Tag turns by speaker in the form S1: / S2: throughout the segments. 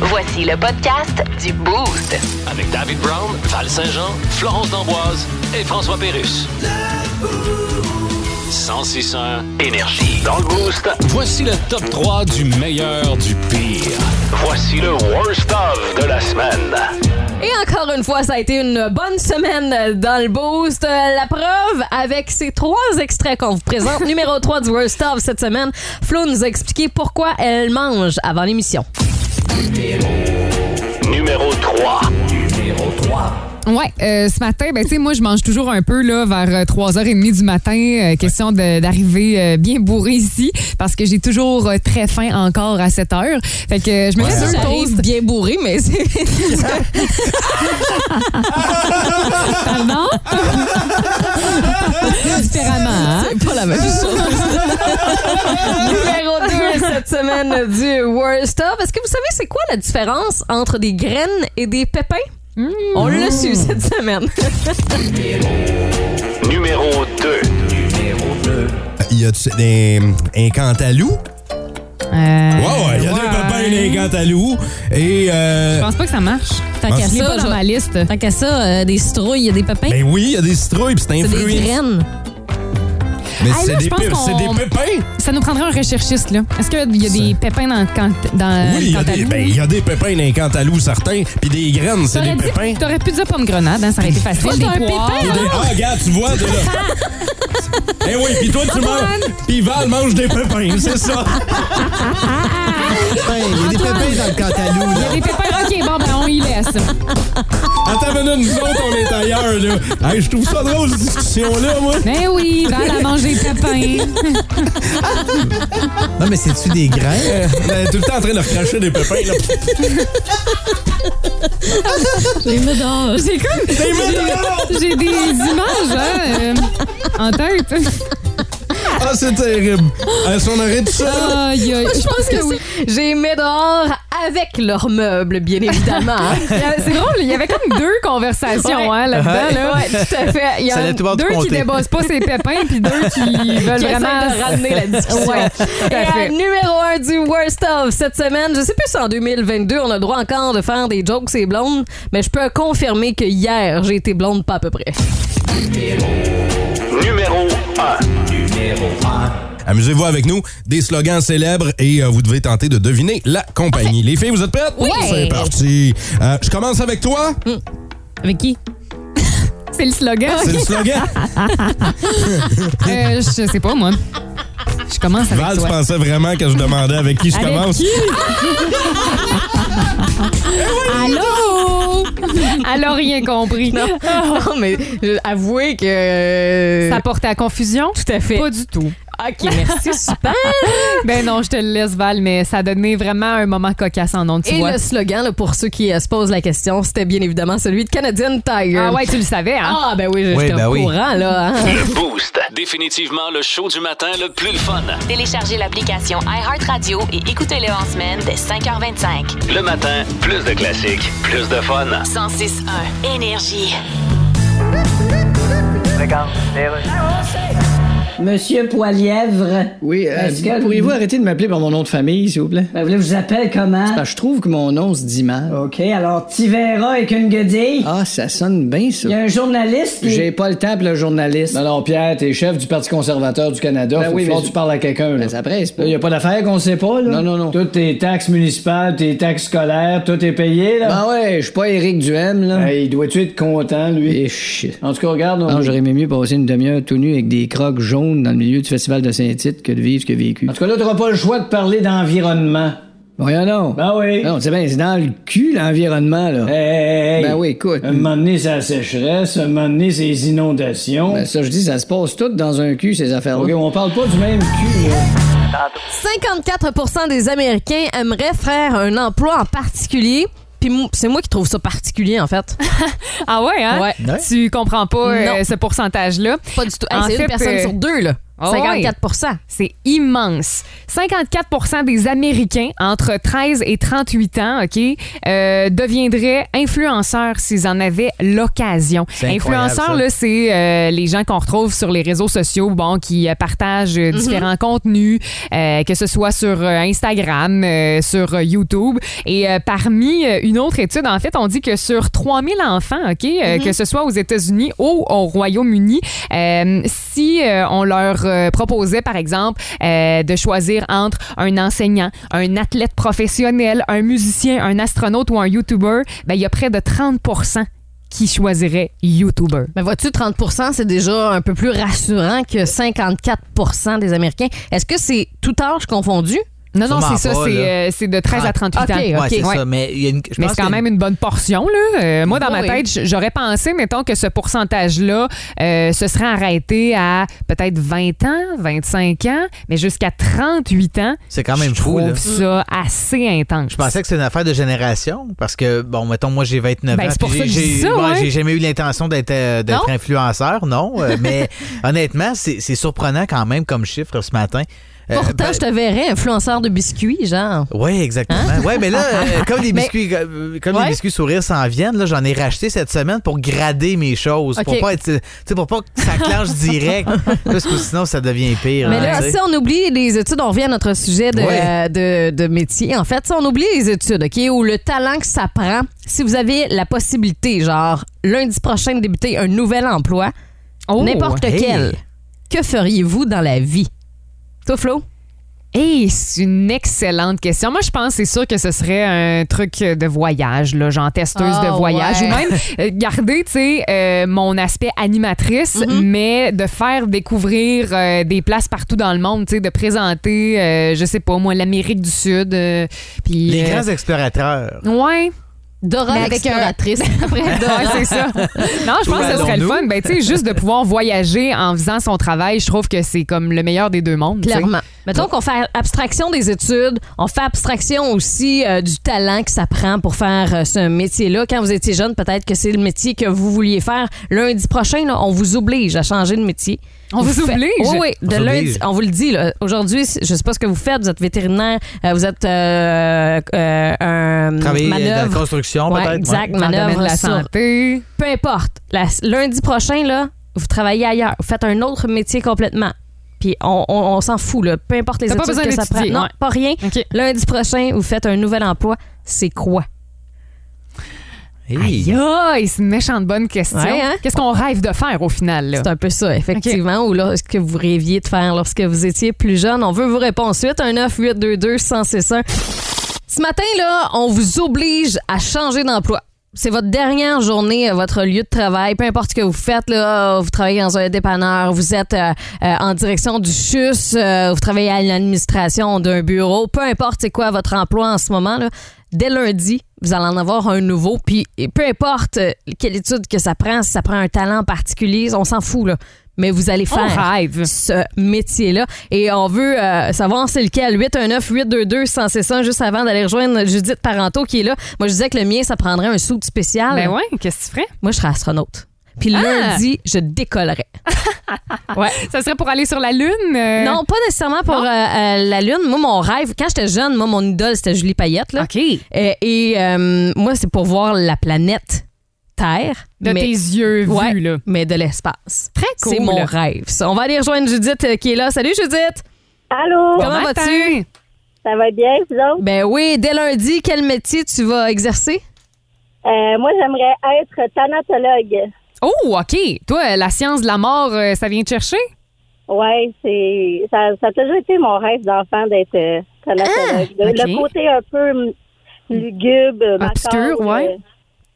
S1: Voici le podcast du Boost.
S2: Avec David Brown, Val Saint-Jean, Florence D'Amboise et François Pérus. 1061 énergie. Dans le boost, voici le top 3 du meilleur du pire. Voici le worst of de la semaine.
S3: Et encore une fois, ça a été une bonne semaine dans le boost. Euh, La preuve avec ces trois extraits qu'on vous présente. Numéro 3 du Worst of cette semaine, Flo nous a expliqué pourquoi elle mange avant l'émission.
S2: Numéro 3.
S4: Ouais, euh, ce matin, ben, tu sais, moi, je mange toujours un peu là, vers euh, 3h30 du matin. euh, question de- d'arriver euh, bien bourré ici parce que j'ai toujours euh, très faim encore à 7 heures. Fait que euh, je me fais
S5: hein.
S4: deux toasts.
S3: bien bourré, mais c'est.
S4: Pardon? Différemment, hein?
S3: pas la même chose. Numéro 2 cette semaine du Worst of. Est-ce que vous savez c'est quoi la différence entre des graines et des pépins?
S4: Hmm.
S3: On l'a su cette semaine.
S2: Numéro 2.
S5: Ah, Y a-tu des. Un cantalou?
S4: Euh,
S5: Ouais, ouais, il y a des pépins et des cantalou. Et.
S4: Je
S5: Euh, Ah,
S4: pense pas que ça marche.
S3: Tant
S5: qu'à
S4: Je l'ai
S3: ça,
S4: pas dans ma liste.
S3: Tant qu'à ça, euh, des citrouilles, il y a des pépins.
S5: ben oui, il y a des citrouilles, puis c'est un
S3: c'est des
S5: fruit.
S3: graines.
S5: Mais
S4: Ah,
S5: c'est
S4: là,
S5: des,
S4: je pense
S5: pép- c'est
S4: qu'on-
S5: des pépins.
S4: Ça nous prendrait un recherchiste, là. Est-ce qu'il y a des pépins dans, le can- dans
S5: oui,
S4: le
S5: il y, a des,
S4: cantaloupe?
S5: ben, il y a des pépins d'un cantalou, certains. Puis des graines, c'est
S4: T'aurais
S5: des
S4: dit-
S5: pépins.
S4: T'aurais pu dire pomme grenade, hein, ça aurait été facile.
S3: t'as un
S4: des poires.
S3: pépin,
S5: Puis des- Ah, regarde, tu vois, t'es là. Eh oui, puis toi, tu manges. Puis Val mange des pépins, c'est ça.
S6: il y a des pépins dans le cantalou.
S4: Il y a des pépins. OK, bon, ben, on y laisse.
S5: Attends une minute, nous autres, on est ailleurs, là. Hey, je trouve ça drôle, cette discussion-là, moi.
S4: Ben oui, Val à manger des pépins.
S6: Non, mais c'est-tu des grains?
S5: Euh, on est tout le temps en train de recracher des pépins, là.
S4: J'ai comme.
S5: Des médaillons!
S4: J'ai des images, hein, euh, en tête.
S5: Ah, c'est terrible. Est-ce qu'on arrête ça?
S4: Aïe, aïe, je pense que oui.
S3: J'ai mis dehors avec leurs meubles, bien évidemment.
S4: Il y a- C'est drôle, il y avait comme deux conversations
S3: Ouais.
S4: hein, là-dedans. Là.
S3: Ouais, tout à fait. Il y
S6: Ça allait
S3: a
S6: tout bord du
S4: Deux qui
S6: comté.
S4: débossent pas ses pépins, puis deux qui veulent
S3: qui essaie
S4: vraiment.
S3: de ramener la discussion.
S4: Ouais,
S3: Et
S4: tout à
S3: à
S4: fait.
S3: numéro 1 du Worst of cette semaine, je sais plus si en 2022 on a le droit encore de faire des jokes et blondes, mais je peux confirmer que hier j'ai été blonde pas à peu près.
S2: Numéro 1.
S5: Amusez-vous avec nous. Des slogans célèbres et euh, vous devez tenter de deviner la compagnie. Les filles, vous êtes prêtes? Oui. C'est parti. Euh, je commence avec toi.
S4: Hmm. Avec qui? C'est le slogan.
S5: C'est le slogan.
S4: Euh, je sais pas, moi. Je commence avec
S5: Val, tu
S4: toi.
S5: pensais vraiment que je demandais avec qui je
S4: Avec
S5: commence?
S4: qui? Allô? Elle a rien compris.
S3: non, mais je- avouez que.
S4: Ça portait à confusion?
S3: tout à fait.
S4: Pas du tout.
S3: Ok, merci, super.
S4: Ben non, je te le laisse, Val, mais ça a donné vraiment un moment cocasse en ondes, tu
S3: Et
S4: vois.
S3: le slogan, là, pour ceux qui euh, se posent la question, c'était bien évidemment celui de Canadian Tiger.
S4: Ah ouais, tu le savais, hein?
S3: Ah, ben oui, j'étais
S6: Oui, ben
S3: au
S6: oui.
S3: courant, là. hein.
S2: Le boost. Définitivement le show du matin le plus le fun.
S1: Téléchargez l'application iHeartRadio et écoutez-le en semaine dès 5h25.
S2: Le matin, plus de classiques, plus de fun.
S1: 106.1 Énergie.
S7: Monsieur Poilièvre.
S8: Oui, euh,
S7: Est-ce que-
S8: pourriez-vous arrêter de m'appeler par mon nom de famille, s'il vous plaît?
S7: Ben, vous voulez que je vous appelle comment?
S8: Parce que je trouve que mon nom se dit mal.
S7: OK, alors Tivera avec une guedille.
S8: Ah, ça sonne bien, ça.
S7: Il y a un journaliste qui...
S8: J'ai pas le temps pour le journaliste. Non, non, Pierre, t'es chef du Parti conservateur du Canada.
S7: Faut que tu
S8: parles à quelqu'un. Ben, ça presse pas. Y a pas d'affaires qu'on sait pas, là. Non, non, non. Toutes tes taxes municipales, tes taxes scolaires, tout est payé, là. Ben ouais, je suis pas Éric Duhem, là. il doit-tu être content, lui? En tout cas, regarde. Non, j'aurais aimé mieux passer une demi-heure tout nu avec des crocs jaunes dans le milieu du festival de Saint-Tite que de vivre ce que vécu. En tout cas, là, t'auras pas le choix de parler d'environnement. Voyons non. Ben oui. Non, c'est bien, c'est dans le cul, l'environnement, là. Ben oui, écoute. Un moment donné, c'est la sécheresse, un moment donné, c'est les inondations. Ben ça, je dis, ça se passe tout dans un cul, ces affaires-là. OK, on parle pas du même cul, là.
S3: 54 des Américains aimeraient faire un emploi en particulier. Puis mou- c'est moi qui trouve ça particulier, en fait.
S4: Ah ouais, hein?
S3: Ouais.
S6: Ouais.
S4: Tu comprends pas euh,
S3: Non.
S4: ce pourcentage-là.
S3: Pas du tout. Hey,
S4: En
S3: c'est
S4: fait,
S3: une personne
S4: euh,
S3: sur deux, là.
S4: Ah
S3: 54
S4: C'est immense. 54 des Américains entre 13 et 38 ans, OK, euh, deviendraient influenceurs s'ils en avaient l'occasion.
S6: C'est incroyable,
S4: Influenceurs,
S6: ça.
S4: là, c'est euh, les gens qu'on retrouve sur les réseaux sociaux, bon, qui euh, partagent euh, différents contenus, euh, que ce soit sur euh, Instagram, euh, sur euh, YouTube. Et euh, parmi euh, une autre étude, en fait, on dit que sur 3000 enfants, OK, euh, que ce soit aux États-Unis ou au Royaume-Uni, euh, si euh, on leur euh, proposait, par exemple, euh, de choisir entre un enseignant, un athlète professionnel, un musicien, un astronaute ou un YouTuber, ben, il y a près de 30 qui choisirait YouTuber.
S3: Mais vois-tu, 30 c'est déjà un peu plus rassurant que 54 des Américains. Est-ce que c'est tout âge confondu?
S4: Non, non,
S6: Sûrement
S4: c'est ça,
S6: pas,
S4: c'est
S6: là.
S4: euh, c'est de 13 à 38
S3: Ah,
S4: ans.
S3: ok,
S6: Ouais, c'est
S4: Ouais.
S6: ça. Mais il y a une. je
S4: Mais
S6: pense
S4: c'est quand
S6: qu'il y a
S4: même une bonne portion, là. Euh, moi, dans ma
S3: Oui.
S4: tête, j- j'aurais pensé, mettons, que ce pourcentage-là euh, se serait arrêté à peut-être 20 ans, 25 ans, mais jusqu'à 38 ans.
S6: une- C'est quand même
S4: je
S6: fou, là.
S4: trouve ça assez intense.
S6: Je pensais que c'était une affaire de génération parce que, bon, mettons, moi, j'ai 29
S4: Ben,
S6: ans.
S4: c'est pour
S6: puis
S4: ça que
S6: j'ai,
S4: je dis
S6: j'ai-
S4: ça,
S6: ouais,
S4: ouais.
S6: j'ai jamais eu l'intention d'être, euh, d'être
S4: Non?
S6: influenceur, non. euh, mais honnêtement, c'est, c'est surprenant quand même comme chiffre ce matin. Euh,
S3: Pourtant,
S6: ben,
S3: je te verrais influenceur de biscuits, genre.
S6: Oui, exactement.
S4: Hein?
S6: Oui, mais là, euh, comme les biscuits, euh, comme
S3: Ouais.
S6: les biscuits sourires s'en viennent, là, j'en ai racheté cette semaine pour grader mes choses,
S3: Ok.
S6: pour pas être, tu sais, pour pas que ça clenche direct, parce que sinon ça devient pire.
S3: Mais
S6: hein,
S3: là,
S6: tu sais.
S3: si on oublie les études, on revient à notre sujet de,
S6: Ouais.
S3: euh, de, de métier. En fait, si on oublie les études, OK, ou le talent que ça prend, si vous avez la possibilité, genre, lundi prochain, de débuter un nouvel emploi,
S4: Oh!
S3: n'importe
S6: hey.
S3: lequel, que feriez-vous dans la vie? Toi, Flo?
S4: Hey, Eh, c'est une excellente question. Moi, je pense, c'est sûr que ce serait un truc de voyage, là, genre testeuse
S3: Ah,
S4: de voyage,
S3: ouais.
S4: ou même euh, garder, tu sais, euh, mon aspect animatrice,
S3: Mm-hmm.
S4: mais de faire découvrir euh, des places partout dans le monde, tu sais, de présenter, euh, je sais pas, moi, l'Amérique du Sud, euh, puis
S6: les
S4: euh,
S6: grands explorateurs.
S4: ouais.
S3: Dora
S4: Mais avec un-
S3: exploratrice. Après,
S4: Ouais, c'est ça. Non, je pense que ce serait le
S6: allons-nous?
S4: fun. Ben, tu sais, juste de pouvoir voyager en faisant son travail, je trouve que c'est comme le meilleur des deux mondes. tu sais.
S3: Clairement. Mettons qu'on fait abstraction des études, on fait abstraction aussi euh, du talent que ça prend pour faire euh, ce métier-là. Quand vous étiez jeune, peut-être que c'est le métier que vous vouliez faire. Lundi prochain, là, on vous oblige à changer de métier.
S4: On vous
S3: faites-
S4: oblige?
S3: Oui, oui,
S6: On
S3: de
S6: vous
S3: lundi-
S6: oblige.
S3: on vous le dit. là. Aujourd'hui, c- je sais pas ce que vous faites. Vous êtes vétérinaire, euh, vous êtes euh, euh, un
S6: Travailler dans la
S3: manœuvre.
S6: construction,
S3: Ouais,
S6: peut-être.
S3: exact,
S4: Dans le domaine
S3: manœuvre
S4: de la
S3: sur-
S4: santé.
S3: peu importe. La- lundi prochain, là, vous travaillez ailleurs. Vous faites un autre métier complètement. Puis on, on- on s'en fout, là. Peu importe les
S4: T'as
S3: études
S4: pas besoin
S3: que ça prend.
S4: d'étudier,
S3: Non,
S4: ouais.
S3: pas rien.
S4: OK.
S3: Lundi prochain, vous faites un nouvel emploi. C'est quoi?
S6: Ouais. Hey.
S4: Aïe, aïe, Ah, c'est une méchante bonne question.
S3: Ouais, hein?
S4: Qu'est-ce qu'on rêve de faire au final? Là?
S3: C'est un peu ça, effectivement, ou là, ce que vous rêviez de faire lorsque vous étiez plus jeune. On veut vos réponses. 819-822-1061. Ce matin, là, on vous oblige à changer d'emploi. C'est votre dernière journée à votre lieu de travail, peu importe ce que vous faites. Là, vous travaillez dans un dépanneur, vous êtes euh, euh, en direction du CHUS, euh, vous travaillez à l'administration d'un bureau, peu importe c'est quoi votre emploi en ce moment. Là, dès lundi, vous allez en avoir un nouveau. Puis et peu importe euh, quelle étude que ça prend, si ça prend un talent particulier, on s'en fout. Là. Mais vous allez
S4: On
S3: faire
S4: rêve.
S3: ce métier-là. Et on veut euh, savoir c'est lequel. 819-822-1061, juste avant d'aller rejoindre Judith Parento qui est là. Moi, je disais que le mien, ça prendrait un sou spécial.
S4: Ben ouais, qu'est-ce que tu ferais?
S3: Ah, Moi, je serais astronaute. Puis
S4: Ah!
S3: lundi, je décollerais. ouais.
S4: Ça serait pour aller sur la Lune? euh?
S3: Non, pas nécessairement pour
S4: Non?
S3: euh, euh, la Lune. Moi, mon rêve, quand j'étais jeune, moi, mon idole, c'était Julie Payette. Là.
S4: OK.
S3: Euh, Et, euh, moi, c'est pour voir la planète Terre.
S4: De
S3: mais-
S4: tes yeux
S3: Ouais,
S4: vus, là.
S3: mais de l'espace.
S4: Très cool.
S3: C'est mon rêve. ça. On va aller rejoindre Judith euh, qui est là. Salut Judith!
S9: Allô,
S4: Bon
S3: Comment
S4: matin.
S3: vas-tu?
S9: ça va bien, vous autres?
S3: Ben oui, dès lundi, quel métier tu vas exercer?
S9: Euh, moi, j'aimerais être thanatologue.
S4: Oh, OK. Toi, la science de la mort, euh, ça vient te chercher?
S9: Ouais, c'est ça, ça a toujours été mon rêve d'enfant d'être euh, thanatologue. le, le
S4: Ah, ok.
S9: côté un peu hum, lugubre,
S4: Obscur,
S9: macabre,
S4: ouais.
S9: euh,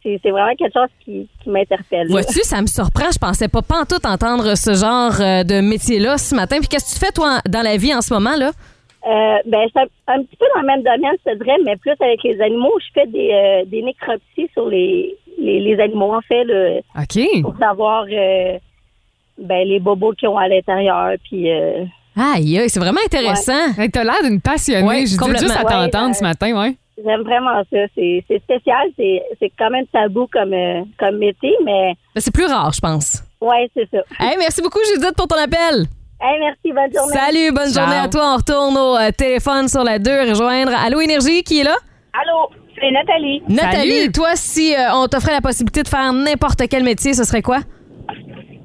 S9: c'est c'est vraiment quelque chose qui, qui m'interpelle. là.
S3: Vois-tu, ça me surprend. Je pensais pas pas en tout entendre ce genre euh, de métier-là ce matin. Puis qu'est-ce que tu fais, toi, en- dans la vie en ce moment, là?
S9: Euh, ben, c'est un, un petit peu dans le même domaine, je te dirais, mais plus avec les animaux. Je fais des, euh, des nécropsies sur les, les, les animaux, en fait, là,
S4: OK.
S9: pour savoir euh, ben, les bobos qu'ils ont à l'intérieur, puis euh,
S3: Aïe, aïe, c'est vraiment intéressant.
S4: T'as l'air d'une passionnée.
S3: Ouais,
S4: J'ai
S3: complètement.
S4: juste à t'entendre ce matin, ouais.
S9: J'aime vraiment ça. C'est c'est spécial. C'est c'est quand même tabou comme, euh, comme métier, mais
S3: Ben, C'est plus rare, je pense.
S9: ouais, c'est ça.
S3: Hey, merci beaucoup, Judith, pour ton appel.
S9: Hey, merci. Bonne journée.
S3: Salut, bonne
S9: Ciao.
S3: journée à toi. On retourne au euh, téléphone sur la 2, rejoindre Allô Énergie qui est là.
S9: Allô, c'est Nathalie.
S3: Nathalie, toi, si euh, on t'offrait la possibilité de faire n'importe quel métier, ce serait quoi?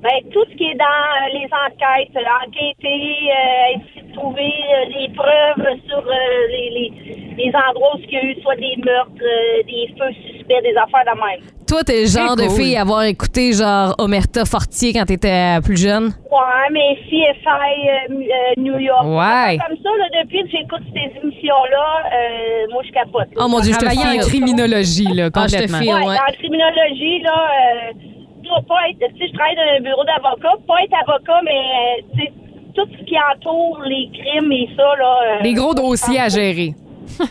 S9: Ben, tout ce qui est dans euh, les enquêtes, euh, enquêter, euh, essayer de trouver euh, des preuves sur euh, les, les, les endroits où il y a eu soit des meurtres, euh, des feux suspects, des affaires de même.
S3: Toi, t'es le genre
S9: Très
S3: de
S9: cool.
S3: fille à avoir écouté genre Omerta Fortier quand t'étais euh, plus jeune.
S9: Ouais, mais CSI euh, mu- euh, New York.
S3: Ouais.
S9: Comme ça, là, depuis que j'écoute ces émissions-là, euh, moi, je capote.
S3: Oh mon Dieu, je te
S4: Travailler
S3: file.
S4: en criminologie, là,
S3: Ah, je te
S4: complètement.
S3: file,
S9: Ouais, En criminologie, là, euh, tu dois pas être. Tu sais, je travaille dans un bureau d'avocat, pas être avocat, mais euh, tu sais, tout ce qui entoure les crimes et ça, là. euh,
S4: Des gros dossiers à gérer.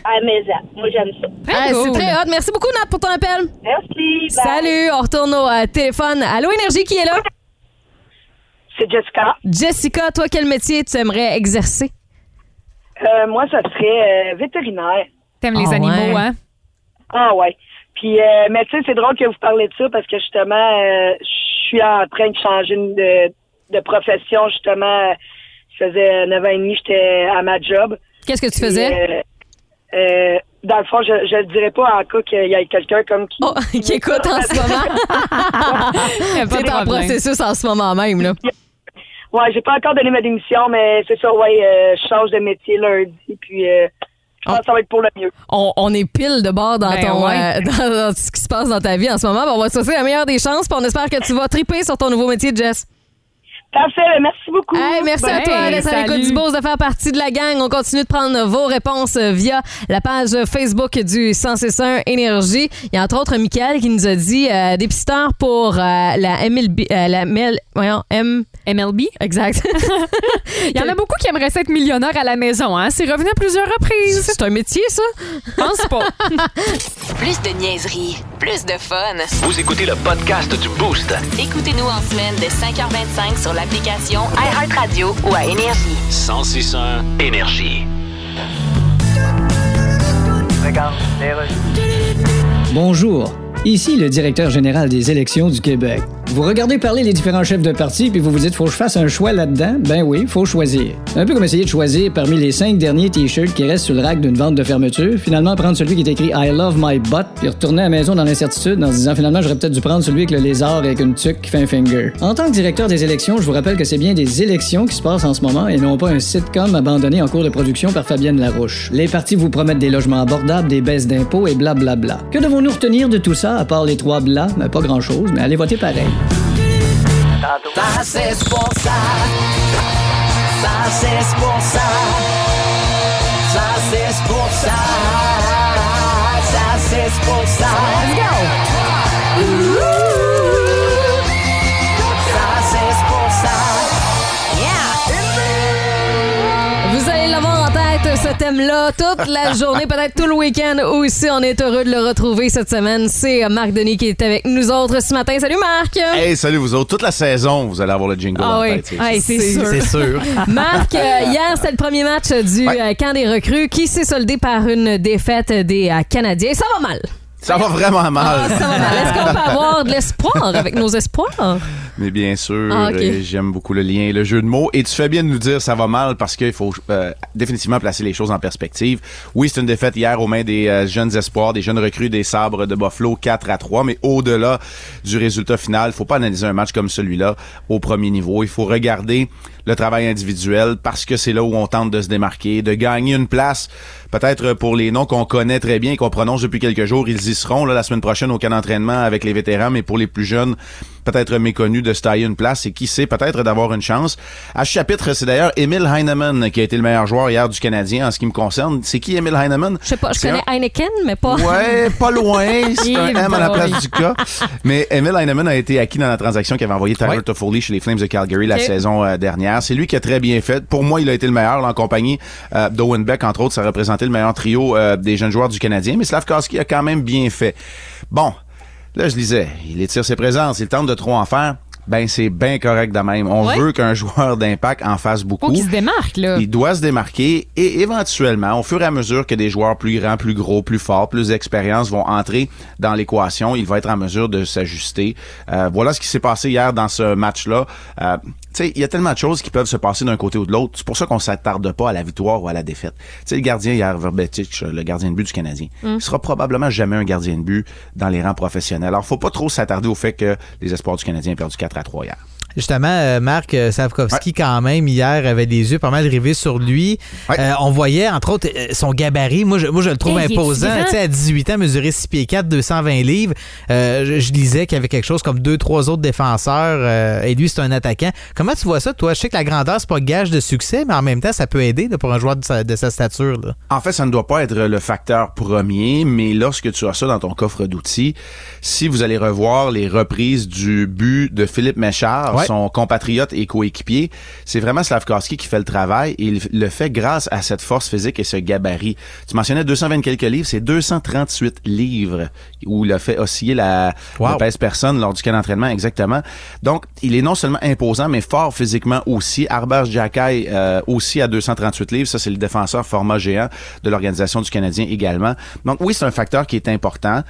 S9: Ah, mais ça, moi, j'aime ça.
S3: Ah, c'est très hot. Merci beaucoup, Nat, pour ton appel.
S9: Merci. bye.
S3: Salut, on retourne au euh, téléphone. Allô Énergie qui est là?
S10: C'est Jessica.
S3: Jessica, toi, quel métier tu aimerais exercer?
S10: Euh, moi, ça serait euh, vétérinaire.
S4: T'aimes
S3: les Ah animaux, ouais. hein?
S10: Ah ouais. Puis, euh, mais tu sais, c'est drôle que vous parlez de ça parce que justement, euh, je suis en train de changer de, de profession. Justement, je faisais 9 ans et demi, j'étais à ma job.
S3: Qu'est-ce que tu
S10: Puis,
S3: faisais?
S10: euh, euh, dans le fond, je je le dirais pas en cas qu'il y ait quelqu'un comme qui,
S3: Oh, qui écoute en ce moment. T'es en processus en ce moment même, là.
S10: Ouais, j'ai pas encore donné ma démission, mais c'est ça, ouais, euh, je change de métier lundi, puis euh, je pense que ça va être pour le mieux.
S3: On, on est pile de bord dans,
S10: Ben
S3: ton,
S10: ouais.
S3: euh, dans, dans ce qui se passe dans ta vie en ce moment. Ben, on va te souhaiter la meilleure des chances. puis on espère que tu vas triper sur ton nouveau métier, Jess.
S10: Parfait. Merci beaucoup.
S3: merci à
S10: Ben,
S3: toi d'être à
S10: salut.
S3: l'écoute du Beauce, de faire partie de la gang. On continue de prendre vos réponses via la page Facebook du 161 Énergie. Il y a entre autres Michael qui nous a dit euh, dépisteur pour euh, la MLB. euh, la ML, voyons, M...
S4: MLB?
S3: Exact.
S4: Il y en a beaucoup qui aimeraient ça être millionnaire à la maison, hein? C'est revenu à plusieurs reprises.
S3: C'est un métier, ça?
S4: Pense pas.
S1: Plus de niaiserie, plus de fun.
S2: Vous écoutez le podcast du Boost.
S1: Écoutez-nous en semaine de 5h25 sur l'application iHeartRadio ou à Énergie.
S2: 1061 Énergie.
S8: Bonjour, ici le directeur général des élections du Québec. Vous regardez parler les différents chefs de parti, puis vous vous dites, faut que je fasse un choix là-dedans? Ben oui, faut choisir. Un peu comme essayer de choisir parmi les cinq derniers t-shirts qui restent sur le rack d'une vente de fermeture, finalement prendre celui qui est écrit I love my butt, puis retourner à la maison dans l'incertitude en se disant, finalement, j'aurais peut-être dû prendre celui avec le lézard et avec une tuque qui fait un finger. En tant que directeur des élections, je vous rappelle que c'est bien des élections qui se passent en ce moment et non pas un sitcom abandonné en cours de production par Fabienne Larouche. Les partis vous promettent des logements abordables, des baisses d'impôts et blablabla. Que devons-nous retenir de tout ça à part les trois blas? Ben, pas grand-chose, mais allez voter pareil.
S11: Ça c'est pour ça. Ça c'est pour ça. Ça c'est pour ça. Ça c'est pour ça. Let's go. Ça c'est pour ça. Yeah.
S3: Vous allez l'avoir en tête, ce thème-là, toute la journée, peut-être tout le week-end aussi. On est heureux de le retrouver cette semaine. C'est euh, Marc Denis qui est avec nous autres ce matin. Salut Marc!
S12: Hey, salut vous autres. Toute la saison, vous allez avoir le jingle
S3: Ah
S12: en
S3: oui.
S12: tête. c'est
S3: Hey,
S12: sûr.
S3: c'est sûr. Marc, euh, hier, c'était le premier match du euh, camp des recrues qui s'est soldé par une défaite des euh, Canadiens. Ça va mal.
S12: Ça va vraiment mal.
S3: Ah, Ça va mal. Est-ce qu'on peut avoir de l'espoir avec nos espoirs?
S12: Mais bien sûr,
S3: Ah, ok.
S12: euh, j'aime beaucoup le lien, le jeu de mots. Et tu fais bien de nous dire ça va mal parce qu'il faut euh, définitivement placer les choses en perspective. Oui, c'est une défaite hier aux mains des euh, jeunes espoirs, des jeunes recrues des sabres de Buffalo 4 à 3, mais au-delà du résultat final, faut pas analyser un match comme celui-là au premier niveau. Il faut regarder le travail individuel parce que c'est là où on tente de se démarquer, de gagner une place. Peut-être pour les noms qu'on connaît très bien et qu'on prononce depuis quelques jours, ils y seront là, la semaine prochaine au camp d'entraînement avec les vétérans, mais pour les plus jeunes, peut-être méconnus de se tailler une place et qui sait peut-être d'avoir une chance. À ce chapitre, c'est d'ailleurs Emil Heinemann qui a été le meilleur joueur hier du Canadien en ce qui me concerne. C'est qui Emil Heinemann?
S3: Je sais pas, Ah, je connais Heineken, mais pas.
S12: Ouais, pas loin. C'est un M à la place du
S3: cas.
S12: K. Mais Emil Heinemann a été acquis dans la transaction qui avait envoyé Tyler Toffoli chez les Flames de Calgary la
S3: Ok.
S12: saison euh, dernière. C'est lui qui a très bien fait. Pour moi, il a été le meilleur là, en compagnie euh, d'Owen Beck, entre autres. Ça représentait le meilleur trio euh, des jeunes joueurs du Canadien. Mais Slavkowski a quand même bien fait. Bon, là, je lisais. Il étire ses présences. Il tente de trop en faire. ben c'est bien correct de même. On
S4: Ouais.
S12: veut qu'un joueur d'impact en fasse beaucoup.
S4: Faut qu'il se démarque, là.
S12: Il doit se démarquer et éventuellement, au fur et à mesure que des joueurs plus grands, plus gros, plus forts, plus d'expérience vont entrer dans l'équation, il va être en mesure de s'ajuster. Euh, voilà ce qui s'est passé hier dans ce match-là. Euh, tu sais, il y a tellement de choses qui peuvent se passer d'un côté ou de l'autre. C'est pour ça qu'on s'attarde pas à la victoire ou à la défaite. Tu sais, le gardien hier, Verbetic, euh, le gardien de but du Canadien,
S13: Mm.
S12: il sera probablement jamais un gardien de but dans les rangs professionnels. Alors, faut pas trop s'attarder au fait que les espoirs du Canadien ont perdu 4 à 3 hier.
S6: Justement, euh, Marc euh, Savkovski, quand même, hier, avait les yeux pas mal rivés sur lui. Euh, on voyait, entre autres, euh, son gabarit. Moi, je, moi, je le trouve
S3: Eh,
S11: Hey, il est
S6: imposant.
S11: grand.
S6: Tu sais, à 18 ans, mesurer 6 pieds 4, 220 livres. Euh, je, je lisais qu'il y avait quelque chose comme deux, trois autres défenseurs euh, et lui, c'est un attaquant. Comment tu vois ça, toi? Je sais que la grandeur, c'est pas gage de succès, mais en même temps, ça peut aider là, pour un joueur de sa, de sa stature. là.
S12: En fait, ça ne doit pas être le facteur premier, mais lorsque tu as ça dans ton coffre d'outils, si vous allez revoir les reprises du but de Philippe Méchard,
S6: Ouais.
S12: son compatriote et coéquipier, c'est vraiment Slavkovski qui fait le travail et il le fait grâce à cette force physique et ce gabarit. Tu mentionnais 220 quelques livres, c'est 238 livres où il a fait osciller la,
S6: Wow.
S12: la pèse personne lors du camp d'entraînement, exactement. Donc, il est non seulement imposant, mais fort physiquement aussi. Arbage Jackay euh, aussi à 238 livres. Ça, c'est le défenseur format géant de l'Organisation du Canadien également. Donc, oui, c'est un facteur qui est important.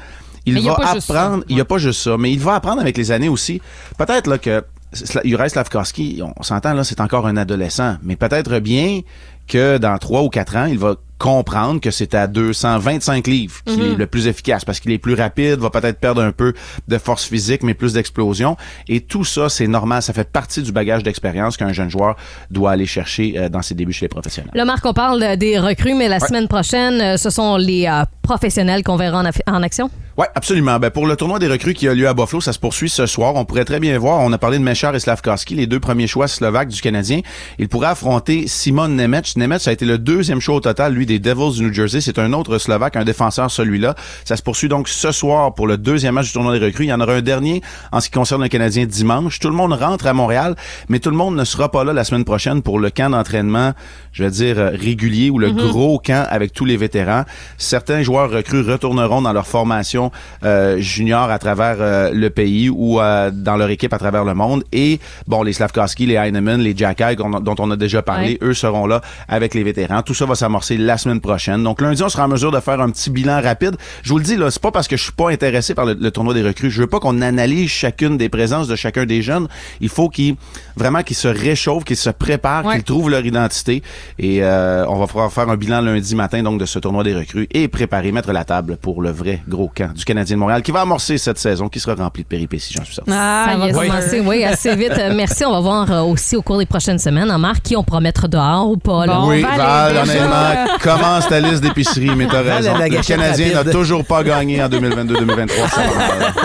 S12: Il
S13: Mais il y a
S12: va
S13: pas juste ça.
S12: apprendre, il n'y a pas juste ça, mais il va apprendre avec les années aussi. Peut-être là, que Sla- Juraj Slavkovski, on s'entend là, c'est encore un adolescent, mais peut-être bien que dans trois ou quatre ans, il va comprendre que c'est à 225 livres qu'il
S13: Mhm.
S12: est le plus efficace parce qu'il est plus rapide, va peut-être perdre un peu de force physique, mais plus d'explosion. Et tout ça, c'est normal. Ça fait partie du bagage d'expérience qu'un jeune joueur doit aller chercher euh, dans ses débuts chez les professionnels.
S3: Là, Marc, on parle euh, des recrues, mais la
S12: Ouais.
S3: semaine prochaine, euh, ce sont les euh, professionnels qu'on verra en, affi- en action.
S12: Oui, absolument. Ben, pour le tournoi des recrues qui a lieu à Buffalo, ça se poursuit ce soir. On pourrait très bien voir, on a parlé de Mechar et Slavkowski, les deux premiers choix slovaques du Canadien. Il pourrait affronter Simon Nemec. Nemec, ça a été le deuxième choix au total, lui, des Devils du New Jersey. C'est un autre Slovaque, un défenseur, celui-là. Ça se poursuit donc ce soir pour le deuxième match du tournoi des recrues. Il y en aura un dernier en ce qui concerne le Canadien dimanche. Tout le monde rentre à Montréal, mais tout le monde ne sera pas là la semaine prochaine pour le camp d'entraînement, je vais dire, euh, régulier ou le
S13: Mhm.
S12: gros gros camp avec tous les vétérans. Certains joueurs recrues retourneront dans leur formation euh, junior à travers euh, le pays ou euh, dans leur équipe à travers le monde. Et bon, les Slavkowski, les Heinemann, les Jackal dont on a déjà parlé,
S13: Ouais.
S12: eux seront là avec les vétérans. Tout ça va s'amorcer la semaine prochaine. Donc lundi, on sera en mesure de faire un petit bilan rapide. Je vous le dis là, c'est pas parce que je suis pas intéressé par le, le tournoi des recrues. Je veux pas qu'on analyse chacune des présences de chacun des jeunes. Il faut qu'ils vraiment qu'ils se réchauffent, qu'ils se préparent, qu'ils trouvent leur identité. Et euh, on va pouvoir faire un bilan lundi matin donc de ce tournoi des recrues et préparer, mettre la table pour le vrai gros camp du Canadien de Montréal qui va amorcer cette saison, qui sera remplie de péripéties, j'en suis certain.
S3: ça va
S12: yes,
S3: commencer,
S12: sir.
S3: oui, assez vite. Euh, Merci. On va voir euh, aussi au cours des prochaines semaines, en Marc, qui on pourra mettre dehors ou pas. là.
S12: Ben oui, Val, honnêtement, commence ta liste d'épicerie, mais t'as
S6: Val,
S12: raison.
S6: elle la
S12: Le
S6: gâchette
S12: Canadien n'a
S6: rapide.
S12: toujours pas gagné en 2022-2023. ça va mal.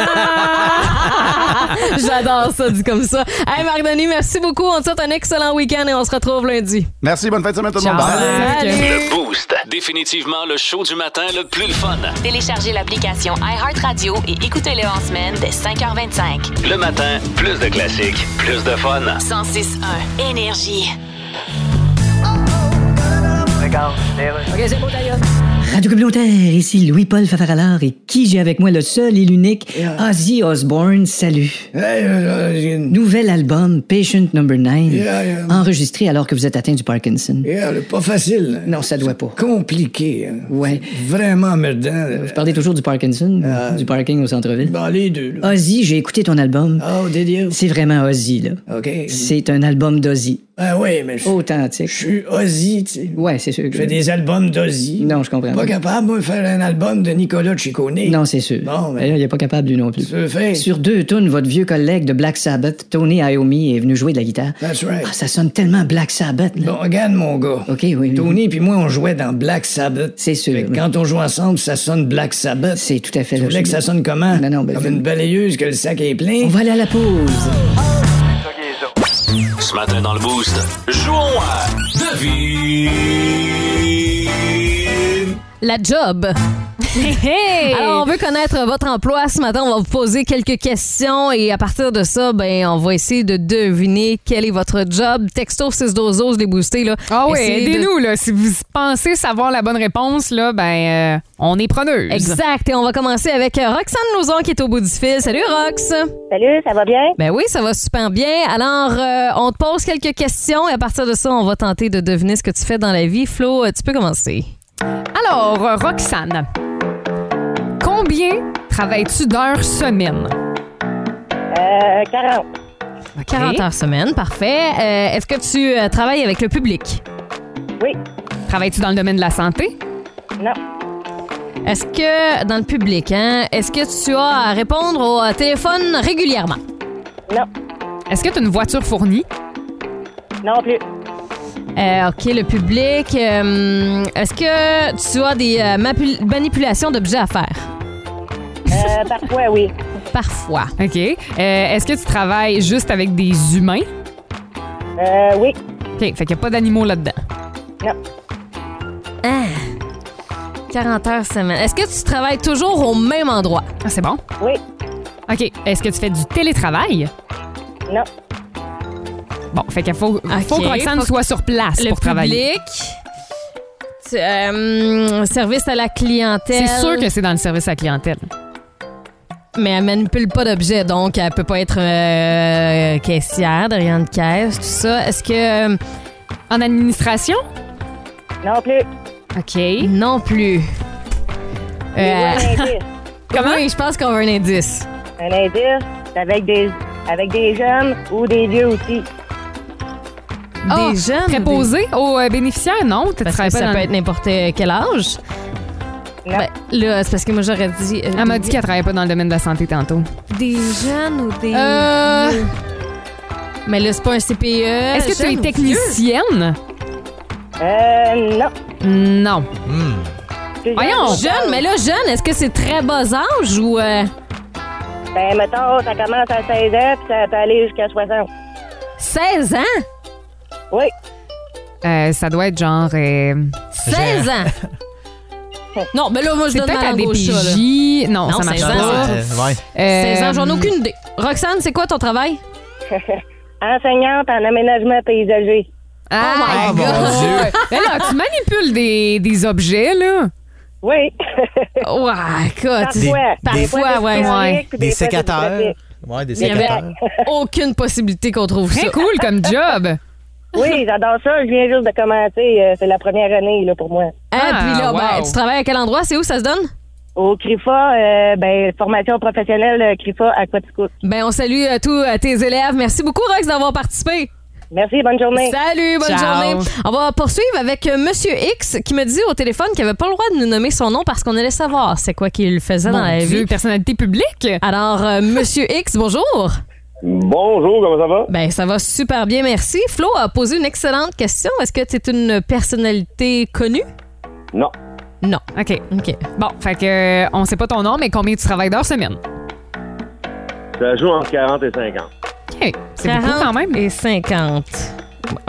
S3: J'adore ça, dit comme ça. Hey, Marc Denis, merci beaucoup. On te souhaite un excellent week-end et on se retrouve lundi.
S12: Merci, bonne fin de semaine tout le monde.
S3: Ciao.
S12: Bye.
S3: Salut.
S2: Le Boost. Définitivement le show du matin le plus le fun.
S1: Téléchargez l'application iHeartRadio et écoutez-le en semaine dès 5h25.
S2: Le matin, plus de classiques, plus de fun.
S1: 106.1 Énergie.
S7: Radio Communautaire, ici Louis-Paul Fafaralard et qui j'ai avec moi le seul et l'unique Ozzy Osbourne, salut.
S8: uh,
S7: Nouvel album, Patient Number 9,
S8: Yeah, yeah.
S7: enregistré alors que vous êtes atteint du Parkinson.
S8: Yeah, pas facile. hein?
S7: Non, ça doit pas.
S8: Compliqué. hein.
S7: Ouais.
S8: Vraiment merdant. là.
S7: Vous parlez toujours du Parkinson, du parking au centre-ville?
S8: Bah, les deux. là.
S7: Ozzy, j'ai écouté ton album. Oh, did you? C'est vraiment Ozzy, là.
S8: OK.
S7: C'est un album d'Ozzy.
S8: Ah oui, mais je
S7: Authentique. Je
S8: suis Ozzy, tu sais.
S7: Ouais, c'est sûr. que-
S8: Je fais des albums d'Ozzy.
S7: Non, je comprends.
S8: pas capable, moi, de faire un album de Nicolas Ciccone.
S7: Non, c'est sûr.
S8: Bon, mais-
S7: D'ailleurs, il n'est pas capable lui non plus.
S8: Tu veux faire?
S7: Sur deux tunes, votre vieux collègue de Black Sabbath, Tony Iommi, est venu jouer de la guitare.
S8: That's right.
S7: Ah, ça sonne tellement Black Sabbath. là.
S8: Bon, regarde, mon gars.
S7: OK, oui. oui.
S8: Tony puis moi, on jouait dans Black Sabbath. C'est sûr. Quand on joue ensemble, ça sonne Black Sabbath. C'est tout à fait Tu voulais
S7: logique.
S8: que ça sonne comment?
S7: Non, non, ben,
S8: Comme une balayeuse que le sac est plein?
S7: On va aller à la pause.
S2: Ce matin dans le Boost, jouons à Devine.
S3: La job. Alors, on veut connaître votre emploi ce matin. On va vous poser quelques questions et à partir de ça, ben, on va essayer de deviner quel est votre job. Texto 612 les boostés, là.
S4: Ah oui,
S3: Essayez de-
S4: aidez-nous. là. Si vous pensez savoir la bonne réponse, là, ben, euh, on est preneurs.
S3: Exact. Et on va commencer avec euh, Roxane Lauzon qui est au bout du fil. Salut, Rox.
S13: Salut, ça va bien?
S3: Ben oui, ça va super bien. Alors, euh, on te pose quelques questions et à partir de ça, on va tenter de deviner ce que tu fais dans la vie. Flo, euh, tu peux commencer.
S4: Alors, euh, Roxane, combien travailles-tu d'heures semaine?
S13: Euh, 40.
S3: 40 heures semaine, parfait. Euh, Est-ce que tu euh, travailles avec le public?
S13: Oui.
S4: Travailles-tu dans le domaine de la santé?
S13: Non.
S3: Est-ce que, dans le public, hein, est-ce que tu as à répondre au euh, téléphone régulièrement?
S13: Non.
S4: Est-ce que tu as une voiture fournie?
S13: Non plus.
S3: Euh, OK, le public. euh, Est-ce que tu as des euh, mapu- manipulations d'objets à faire?
S13: Euh, parfois, oui.
S3: Parfois.
S4: OK. Euh, Est-ce que tu travailles juste avec des humains?
S13: Euh, oui.
S4: OK, fait qu'il n'y a pas d'animaux là-dedans.
S13: Non.
S3: Ah, 40 heures semaine. Est-ce que tu travailles toujours au même endroit?
S4: Ah, c'est bon?
S13: Oui.
S4: OK. Est-ce que tu fais du télétravail?
S13: Non.
S4: Bon, fait qu'il faut, faut
S3: Ok,
S4: que Roxane
S3: faut que
S4: soit sur place
S3: le
S4: pour travailler.
S3: public. tu- euh, service à la clientèle.
S4: C'est sûr que c'est dans le service à la clientèle.
S3: Mais elle manipule pas d'objets, donc elle peut pas être euh, caissière derrière une caisse, tout ça. Est-ce que. euh,
S4: en administration?
S13: Non plus.
S3: OK. Non plus.
S13: Un indice.
S3: Comment? Oui, je pense qu'on veut un indice.
S13: Un indice, c'est avec des, avec des jeunes ou des vieux aussi.
S4: des jeunes. Ah, Préposé aux euh, bénéficiaires, non? Tu
S3: Parce
S4: travailles
S3: que
S4: pas
S3: ça
S4: dans-
S3: peut être n'importe quel âge. Ben, là, c'est parce que moi, j'aurais dit... euh,
S4: Elle m'a dit qu'elle travaillait pas dans le domaine de la santé tantôt.
S3: Des jeunes ou des...
S4: Euh,
S3: Mais là, c'est pas un CPE.
S4: Est-ce que tu es
S3: jeune ou
S4: technicienne?
S13: Euh, non.
S4: Non.
S3: Voyons! Jeune, mais là, jeune, est-ce que c'est très bas âge ou... euh,
S13: Ben, mettons, ça commence à 16 ans, puis ça peut aller jusqu'à 60.
S3: 16 ans?
S13: Oui.
S4: Euh, ça doit être genre. euh,
S3: 16 ans! non, mais là, moi, je
S4: C'est
S3: donne
S4: peut-être
S3: ma
S4: à
S3: langue
S4: des
S3: au chat, là.
S4: PJ. Non,
S3: Non,
S4: ça marche
S3: 16 ans,
S4: pas. Euh,
S3: c'est-
S6: ouais.
S3: 16 ans, j'en ai aucune idée. Roxane, c'est quoi ton travail?
S13: Enseignante en aménagement paysager.
S4: Ah,
S13: my
S4: mon Dieu. Mais là, tu manipules des, des objets, là.
S13: Oui.
S3: ouais, écoute.
S6: Des- des-
S3: Ah, Parfois, ouais, ouais.
S6: Des sécateurs. Ouais, des
S3: Il y avait
S6: sécateurs.
S3: aucune possibilité qu'on trouve ça.
S13: Très
S4: cool comme job.
S13: Oui, j'adore ça. Je viens juste de commencer. euh, c'est la première année là, pour moi.
S3: Ah, puis là, ben, tu travailles à quel endroit? C'est où ça se donne?
S13: Au CRIFA, euh, ben, formation professionnelle euh, CRIFA Aquatico.
S3: Ben, on salue euh, tous euh, tes élèves. Merci beaucoup, Rox, d'avoir participé.
S13: Merci, bonne journée.
S3: Salut, bonne
S13: Ciao.
S3: journée. On va poursuivre avec euh, Monsieur X qui me dit au téléphone qu'il avait pas le droit de nous nommer son nom parce qu'on allait savoir c'est quoi qu'il faisait
S4: Mon
S3: dans la
S4: Dieu,
S3: vie.
S4: personnalité publique.
S3: Alors, euh, Monsieur X, bonjour.
S14: Bonjour, comment ça va?
S3: Ben, ça va super bien, merci. Flo a posé une excellente question. Est-ce que tu es une personnalité connue?
S14: Non.
S3: Non.
S4: OK. OK. Bon, fait que euh, on sait pas ton nom, mais combien tu travailles d'heures semaine?
S14: Ça joue entre 40 et 50.
S4: OK. C'est beaucoup
S3: 40
S4: quand même.
S3: Et 50.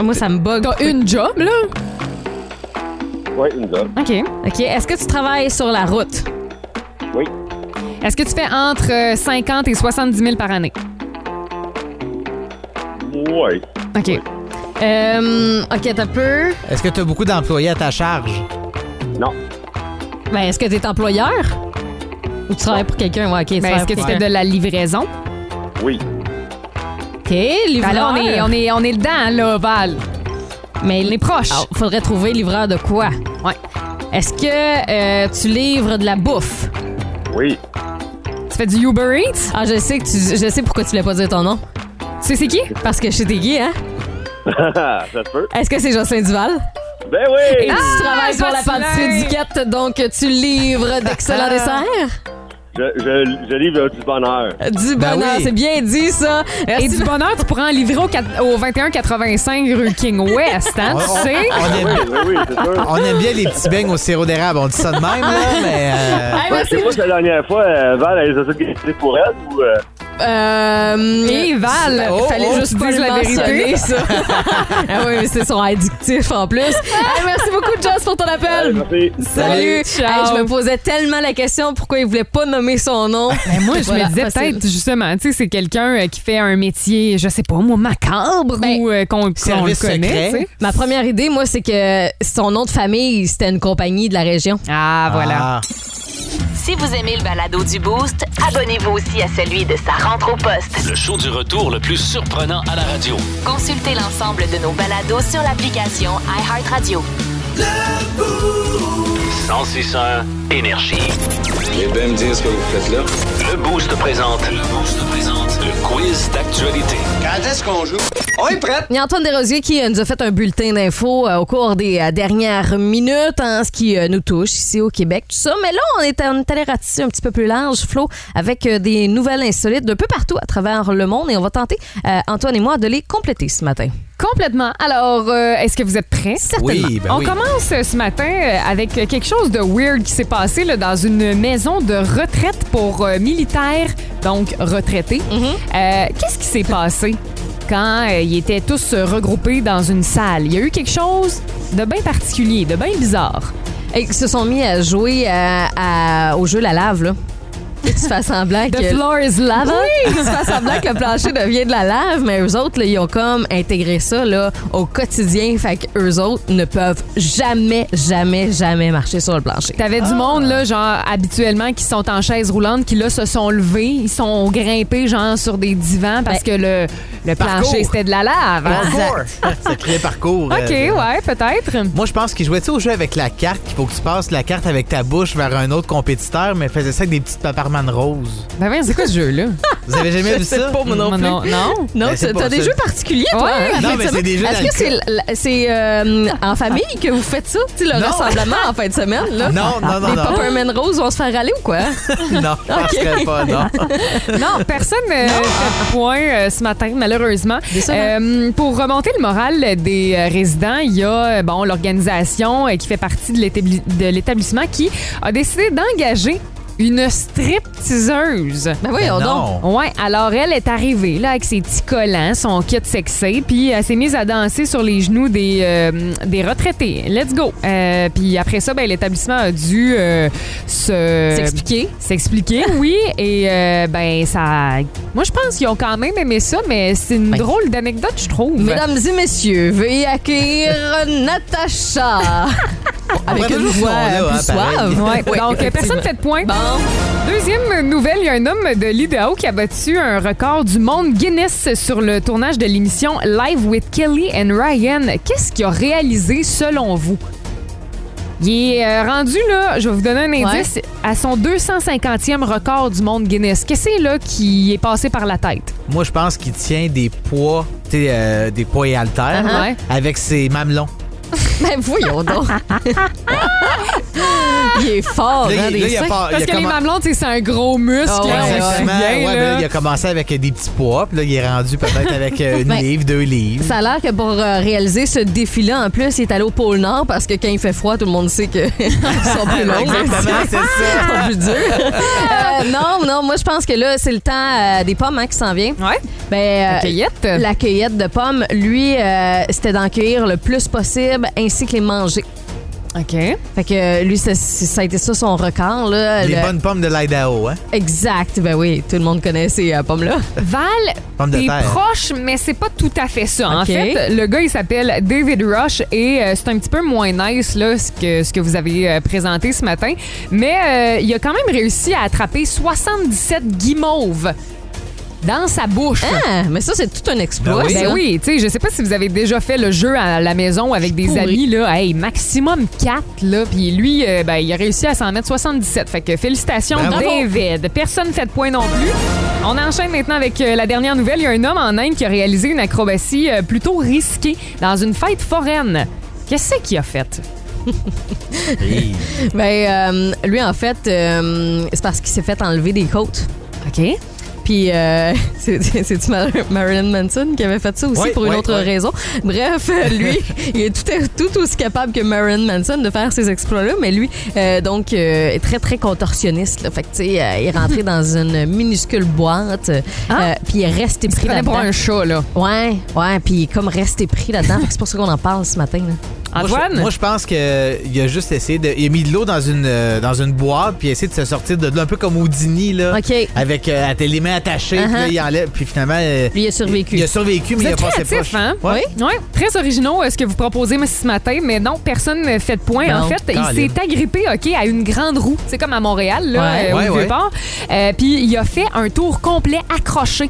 S3: Moi, ça me bug.
S4: T'as une job, là?
S14: Oui, une job.
S4: OK.
S3: OK. Est-ce que tu travailles sur la route?
S14: Oui.
S4: Est-ce que tu fais entre euh, 50 et 70 000 par année?
S14: Oui.
S4: OK.
S3: Euh, OK, t'as peu.
S6: Est-ce que tu as beaucoup d'employés à ta charge?
S14: Non.
S3: Ben, est-ce que tu es employeur? Ou tu travailles pour quelqu'un? Ouais, OK. tu
S4: Ben,
S3: travailles
S4: est-ce que
S3: pour
S4: tu fais de
S3: quelqu'un.
S4: la livraison?
S14: Oui.
S3: OK, livreur.
S4: Ben là, on est, on, est, on est dedans, là, Val. Ah,
S3: Mais les
S4: proches.
S3: Oh, faudrait trouver livreur de quoi? Ouais. Est-ce que euh, tu livres de la bouffe?
S14: Oui.
S4: Tu fais du Uber Eats?
S3: Ah, je sais, que tu, je sais pourquoi tu voulais pas dire ton nom.
S4: Tu sais c'est qui?
S3: Parce que je sais t'es qui, hein?
S14: ça se peut.
S3: Est-ce que c'est Jocelyn Duval?
S14: Ben oui!
S3: Et tu travailles pour la
S4: Jocelyn!
S3: pâtisserie du Cap, donc tu livres d'excellents desserts?
S14: Je, je, je livre euh, du bonheur.
S4: Ben
S3: Du
S6: Ben
S3: bonheur, c'est bien dit, ça.
S4: Et du bonheur, tu pourras en livrer au, quat- au 2185 rue King West, hein, tu sais?
S6: On aime, on aime bien les petits beignes au sirop d'érable, on dit ça de même, là, mais. euh,
S14: Ouais, je sais pas si la dernière fois, euh, Val, elle les a toutes gâtées pour elle ou. euh,
S3: Euh,
S4: Et Val,
S3: oh,
S4: fallait
S3: oh,
S4: juste
S3: tu
S4: pas
S3: dis
S4: le
S3: la
S4: mentionner,
S3: vérité, ça.
S4: ça.
S3: ah oui, mais c'est son addictif en plus. Hey, merci beaucoup, Joss, pour ton appel. Salut.
S4: Salut.
S3: Hey,
S4: Ciao.
S3: je me posais tellement la question pourquoi il voulait pas nommer son nom.
S4: Ben moi, je
S3: Voilà,
S4: me disais
S3: facile.
S4: peut-être, justement, tu sais, c'est quelqu'un euh, qui fait un métier, je sais pas, moi, macabre ou euh, qu'on qu'on le connaît. tu sais.
S3: Ma première idée, moi, c'est que son nom de famille, c'était une compagnie de la région.
S4: Ah,
S3: voilà.
S1: Si vous aimez le balado du Boost, abonnez-vous aussi à celui de sa rentre au poste.
S2: Le show du retour le plus surprenant à la radio.
S1: Consultez l'ensemble de nos balados sur l'application iHeartRadio.
S2: 1061 Énergie. Et bien me dire ce que vous faites là. Le Boost présente. Le Boost présente. Le quiz d'actualité. Quand est-ce qu'on joue? On est prêt!
S3: Il y a Antoine Desrosiers qui euh, nous a fait un bulletin d'infos euh, au cours des euh, dernières minutes, hein, ce qui euh, nous touche ici au Québec, tout ça. Mais là, on est, on est allé ratisser un petit peu plus large, Flo, avec euh, des nouvelles insolites d'un peu partout à travers le monde et on va tenter, euh, Antoine et moi, de les compléter ce matin.
S4: Complètement. Alors, euh, est-ce que vous êtes prêts?
S3: Certainement. Oui, ben
S4: On
S3: oui.
S4: commence euh, ce matin euh, avec euh, quelque chose de weird qui s'est passé là, dans une maison de retraite pour euh, militaires, donc retraités.
S3: Mm-hmm.
S4: Euh, Qu'est-ce qui s'est passé quand euh, ils étaient tous euh, regroupés dans une salle? Il y a eu quelque chose de bien particulier, de bien bizarre.
S3: Et ils se sont mis à jouer euh, à- au jeu La Lave, là. Et tu fais semblant que...
S4: The floor is lava?
S3: Oui, tu fais semblant que le plancher devient de la lave, mais eux autres, là, ils ont comme intégré ça là, au quotidien. Fait qu'eux autres ne peuvent jamais, jamais, jamais marcher sur le plancher.
S4: T'avais du monde, là, genre, habituellement, qui sont en chaise roulante, qui, là, se sont levés, ils sont grimpés, genre, sur des divans parce
S3: Ben
S4: que le, le plancher, c'était de la lave. hein?
S6: C'est créé parcours. euh,
S4: OK, ouais, peut-être.
S6: Moi, je pense qu'ils jouaient tu sais, au jeu avec la carte, qu'il faut que tu passes la carte avec ta bouche vers un autre compétiteur, mais faisaient ça avec des petites paparmanes roses.
S4: Ben, ben, c'est quoi ce jeu-là?
S6: Vous avez jamais
S4: Je
S6: vu
S4: sais
S6: ça?
S4: pas, moi non
S6: Mm,
S4: plus.
S6: Non,
S4: Non?
S3: Non,
S6: Ben,
S3: tu
S6: c'est pas
S3: as des
S6: ça.
S3: jeux particuliers, toi.
S6: Ouais.
S3: hein,
S6: Non, mais
S3: effectivement.
S6: c'est des jeux
S3: Est-ce que c'est
S6: d'alcool.
S3: la- la- c'est euh, en famille que vous faites ça, tu sais, le
S6: Non.
S3: rassemblement en fin de semaine? Là?
S6: Non, non, non,
S3: Les
S6: non.
S3: Peppermint Rose vont se faire aller ou quoi?
S6: Non, je
S3: Ok.
S6: penserais pas, non.
S4: Non, personne ne fait point euh, ce matin, malheureusement. Euh, pour remonter le moral des euh, résidents, il y a euh, bon, l'organisation euh, qui fait partie de l'établi- de l'établissement qui a décidé d'engager une stripteaseuse. Ben
S3: voyons Ben non.
S4: Ouais, alors elle est arrivée là avec ses petits collants, son kit sexy, puis elle s'est mise à danser sur les genoux des, euh, des retraités. Let's go. Euh, puis après ça, ben, l'établissement a dû euh, se
S3: S'expliquer.
S4: S'expliquer, oui. Et euh, ben ça. Moi, je pense qu'ils ont quand même aimé ça, mais c'est une drôle d'anecdote, je trouve.
S3: Ben, Mesdames et messieurs, veuillez accueillir Natacha. Avec
S4: pourrait
S3: une
S4: toujours
S3: voix
S4: ce nom-là,
S3: plus
S4: hein, pareil.
S3: suave. euh,
S4: Ouais, donc, euh,
S3: effectivement.
S4: personne fait de point. Deuxième nouvelle, il y a un homme de l'Idaho qui a battu un record du monde Guinness sur le tournage de l'émission Live with Kelly and Ryan. Qu'est-ce qu'il a réalisé selon vous? Il est euh, rendu, là, je vais vous donner un indice, à son 250e record du monde Guinness. Qu'est-ce que c'est, là, qui est passé par la tête?
S6: Moi, je pense qu'il tient des poids, tu sais, euh, des poids et haltères,
S4: Uh-huh.
S6: là,
S4: Ouais.
S6: avec ses mamelons.
S3: Ben voyons donc. il est fort,
S6: Là, il-
S3: hein, des Ah
S6: là, il a
S3: seins.
S6: pas- il a
S4: Parce que les
S6: comment-
S4: mamelons, tu sais, c'est un gros muscle.
S6: Ouais,
S4: là, on se
S6: exactement.
S4: souvient,
S6: Ouais, ben
S4: là.
S6: là, il a commencé avec euh, des petits poids, puis là, il est rendu peut-être avec euh, une
S3: Ben,
S6: livre, deux livres.
S3: Ça a l'air que pour euh, réaliser ce défi-là, en plus, il est allé au pôle Nord parce que quand il fait froid, tout le monde sait qu'ils sont plus longs.
S6: Exactement, c'est ça.
S3: Ils sont plus durs. Euh, non, non, moi, je pense que là, c'est le temps euh, des pommes hein, qui s'en vient.
S4: Ouais.
S3: Ben,
S4: La cueillette.
S3: La cueillette de pommes, lui, euh, c'était d'en cueillir le plus possible ainsi que les manger.
S4: OK.
S3: Fait que euh, lui, ça, ça a été ça son record. Là,
S6: Les
S3: Le-
S6: bonnes pommes de l'Idaho, hein?
S3: Exact. Ben oui, tout le monde connaît ces euh, pommes-là.
S6: Pomme
S4: Val,
S6: de
S4: t'es
S6: terre.
S4: proche, mais c'est pas tout à fait ça. En
S3: OK.
S4: fait, le gars, il s'appelle David Rush et euh, c'est un petit peu moins nice là, ce, que, ce que vous avez euh, présenté ce matin. Mais euh, il a quand même réussi à attraper 77 guimauves dans sa bouche.
S3: Ah, mais ça, c'est tout un exploit,
S4: Ben oui,
S3: ça.
S4: Ben oui, tu sais, je sais pas si vous avez déjà fait le jeu à la maison avec des
S3: pourrie.
S4: amis, là. Hey, maximum 4, là. Puis lui, euh, ben, il a réussi à s'en mettre 77. Fait que félicitations,
S3: Bravo.
S4: David. Personne fait de point non plus. On enchaîne maintenant avec euh, la dernière nouvelle. Il y a un homme en Inde qui a réalisé une acrobatie euh, plutôt risquée dans une fête foraine. Qu'est-ce qu'il a fait?
S3: Ben, euh, lui, en fait, euh, c'est parce qu'il s'est fait enlever des côtes.
S4: OK.
S3: Puis, euh, c'est- c'est- c'est-tu Mar- Marilyn Manson qui avait fait ça aussi
S11: Oui,
S3: pour une
S11: oui,
S3: autre
S11: oui.
S3: raison? Bref, euh, lui, il est tout, tout aussi capable que Marilyn Manson de faire ces exploits-là, mais lui, euh, donc, euh, est très, très contorsionniste. là. Fait que, tu sais, euh, il est rentré dans une minuscule boîte, euh, puis il est resté pris
S4: Ah! prenait
S3: là-dedans.
S4: pour un
S3: chat, là. Ouais, ouais, puis il est comme resté pris là-dedans. Fait que c'est pour ça qu'on en parle ce matin, là.
S6: Moi, je- Moi, je, pense qu'il a juste essayé de. Il a mis de l'eau dans une, euh, dans une boîte, puis il a essayé de se sortir de là, un peu comme Houdini, là. Avec euh, à- les mains attachées, puis là,
S4: Uh-huh.
S6: il enlève. Puis finalement. euh,
S3: il a survécu.
S6: Il, a survécu, mais
S4: Vous
S6: il a
S4: êtes
S6: passé
S4: créatifs,
S6: proche.
S4: hein?
S6: Ouais.
S4: Ouais, Très originaux euh, ce que vous proposez mais ce matin, mais non, personne ne fait de point.
S3: Non.
S4: En fait, il
S3: Caroline.
S4: s'est agrippé OK, à une grande roue. C'est comme à Montréal, là,
S3: Ouais.
S4: euh, au
S3: Ouais, ouais.
S4: Vieux-Port. Euh, Puis il a fait un tour complet accroché.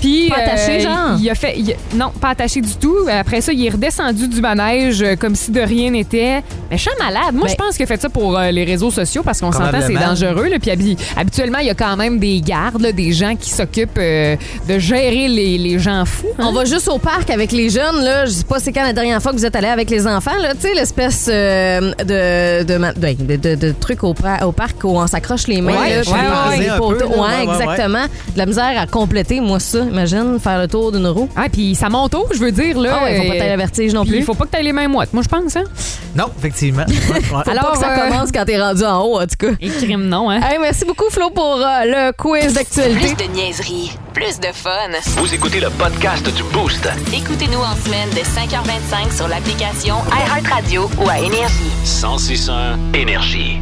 S4: Puis, euh,
S3: Pas attaché, genre?
S4: Il a fait. il- non, pas attaché du tout. Après ça, il est redescendu du manège euh, comme si de rien n'était. Mais je suis malade. Moi, je pense qu'il a fait ça pour euh, les réseaux sociaux parce qu'on s'entend, c'est
S3: Probablement.
S4: dangereux dangereux, là. Puis habi- habituellement, il y a quand même des gardes, là, des gens qui s'occupent euh, de gérer les, les gens fous.
S3: On va juste au parc avec les jeunes, là. Je sais pas c'est quand la dernière fois que vous êtes allé avec les enfants, là. Tu sais, l'espèce euh, de, de, ma- de, de- de- de truc au, pra- au parc où on s'accroche les mains,
S11: Ouais,
S3: là,
S11: je
S3: puis
S11: vais
S3: on
S11: penser
S3: les
S11: un
S3: poteaux.
S11: peu, là.
S3: Ouais,
S11: Ouais, ouais,
S3: exactement. De la misère à compléter, moi, ça. Imagine, faire le tour d'une roue.
S4: Ah, puis ça monte haut, je veux dire, là.
S3: Ah ouais, faut pas
S4: euh,
S3: t'aller le vertige non
S4: puis
S3: plus.
S4: Il faut pas que t'aies les mains moites, moi, je pense, hein.
S6: Non, effectivement. Ouais, ouais.
S3: Faut pas que ça commence quand t'es rendu en haut, hein, en tout cas.
S4: Et crime non, hein.
S3: Hey, merci beaucoup, Flo, pour euh, le quiz d'actualité.
S1: Plus de niaiserie, plus de fun.
S2: Vous écoutez le podcast du Boost.
S1: Écoutez-nous en semaine de 5h25 sur l'application iHeartRadio ou à Énergie.
S2: 1061 Énergie.